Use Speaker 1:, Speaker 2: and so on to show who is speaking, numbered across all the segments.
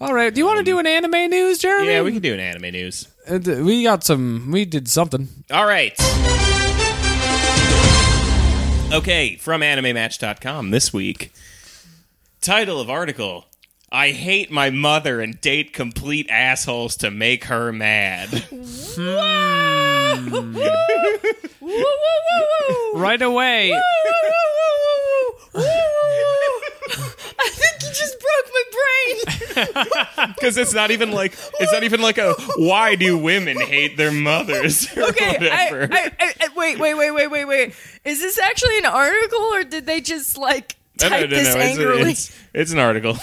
Speaker 1: All right. Do you want to do an anime news, Jeremy?
Speaker 2: Yeah, we can do an anime news.
Speaker 1: Uh, d- we got some. We did something.
Speaker 2: All right. Okay, from animematch.com this week. Title of article I hate my mother and date complete assholes to make her mad.
Speaker 1: Right away.
Speaker 3: I think you just broke my brain.
Speaker 2: Because it's not even like it's not even like a why do women hate their mothers or
Speaker 3: Okay, I,
Speaker 2: whatever.
Speaker 3: I, I, I, wait, wait, wait, wait, wait, wait. Is this actually an article, or did they just like
Speaker 2: No, no,
Speaker 3: type
Speaker 2: no,
Speaker 3: this
Speaker 2: no, it's,
Speaker 3: angrily?
Speaker 2: it's, it's an article.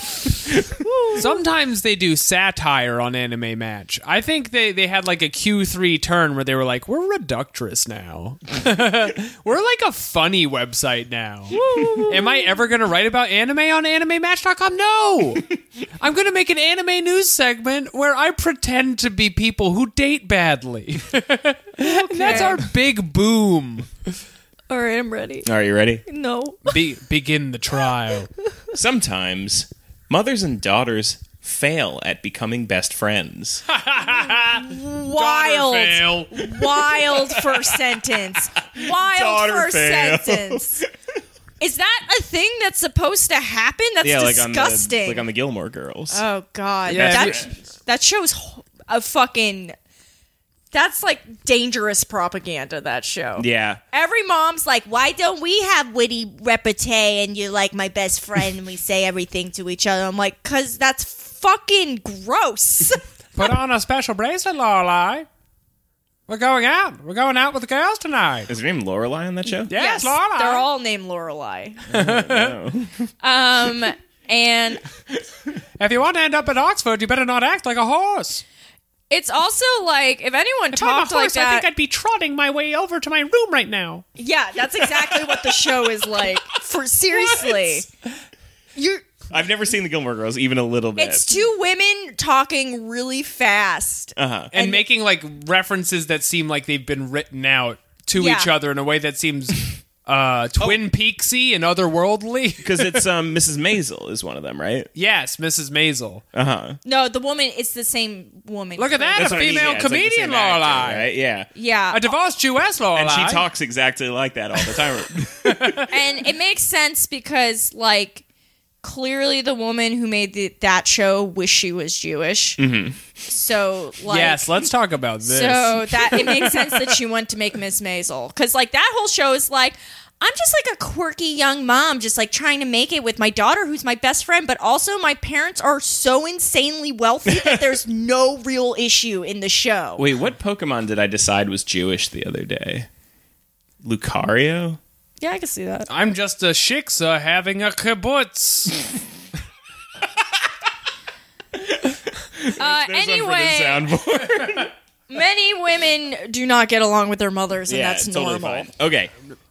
Speaker 1: Sometimes they do satire on anime match. I think they, they had like a Q3 turn where they were like, we're reductress now. we're like a funny website now. Am I ever going to write about anime on animematch.com? No. I'm going to make an anime news segment where I pretend to be people who date badly. And that's our big boom.
Speaker 3: All right, I'm ready.
Speaker 2: Are you ready?
Speaker 3: No.
Speaker 1: Be- begin the trial.
Speaker 2: Sometimes mothers and daughters fail at becoming best friends.
Speaker 3: Wild.
Speaker 1: Fail.
Speaker 3: Wild first sentence. Wild
Speaker 2: Daughter
Speaker 3: first
Speaker 2: fail.
Speaker 3: sentence. Is that a thing that's supposed to happen? That's
Speaker 2: yeah, like on the
Speaker 3: disgusting.
Speaker 2: like on the Gilmore Girls.
Speaker 3: oh god,
Speaker 1: Yeah,
Speaker 3: that
Speaker 1: it's-
Speaker 3: that shows ho- a fucking. That's like dangerous propaganda. That show.
Speaker 2: yeah.
Speaker 3: Every mom's like, why don't we have witty repartee and you're like my best friend and we say everything to each other? I'm like, because that's fucking gross.
Speaker 1: Put on a special bracelet, Lorelai. We're going out. We're going out with the girls tonight.
Speaker 2: Is her name Lorelai on that show?
Speaker 1: Yes, Lorelai.
Speaker 3: They're all named Lorelei. um, and
Speaker 1: if you want to end up at Oxford, you better not act like a horse.
Speaker 3: it's also like, if anyone
Speaker 1: If I'm a
Speaker 3: talked like
Speaker 1: horse, I
Speaker 3: that.
Speaker 1: think I'd be trotting my way over to my room right now.
Speaker 3: yeah, that's exactly what the show is like. For seriously. You're.
Speaker 2: I've never seen the Gilmore Girls even a little bit.
Speaker 3: It's two women talking really fast.
Speaker 1: And, making like references that seem like they've been written out to
Speaker 3: Yeah. Oh.
Speaker 1: each other in a way that seems uh, Twin Peaksy and otherworldly.
Speaker 2: because it's um Mrs. Maisel is one of them, right? Uh-huh.
Speaker 1: yes, Mrs. Maisel.
Speaker 3: No, the woman, it's the same woman.
Speaker 1: Look at that,
Speaker 2: That's
Speaker 1: a
Speaker 2: what I mean,
Speaker 1: female
Speaker 2: yeah, it's like the
Speaker 1: comedian,
Speaker 2: same actor,
Speaker 1: Lorelai.
Speaker 2: right? Yeah.
Speaker 3: Yeah.
Speaker 1: A divorced Jewess, Lorelai.
Speaker 2: And she talks exactly like that all the time.
Speaker 3: and it makes sense because like clearly the woman who made the, that show wish she was jewish mm-hmm. so like
Speaker 1: yes, let's talk about this.
Speaker 3: so that it makes sense that she wanted to make miss mazel because like that whole show is like i'm just like a quirky young mom just like trying to make it with my daughter who's my best friend but also my parents are so insanely wealthy that there's no real issue in the show
Speaker 2: Wait, what Pokemon did I decide was Jewish the other day? Lucario?
Speaker 3: yeah i can see that
Speaker 1: I'm just a shiksa having a kibbutz.
Speaker 3: uh, anyway many women do not get along with their mothers and
Speaker 2: yeah,
Speaker 3: that's
Speaker 2: totally
Speaker 3: normal
Speaker 2: fine. Okay.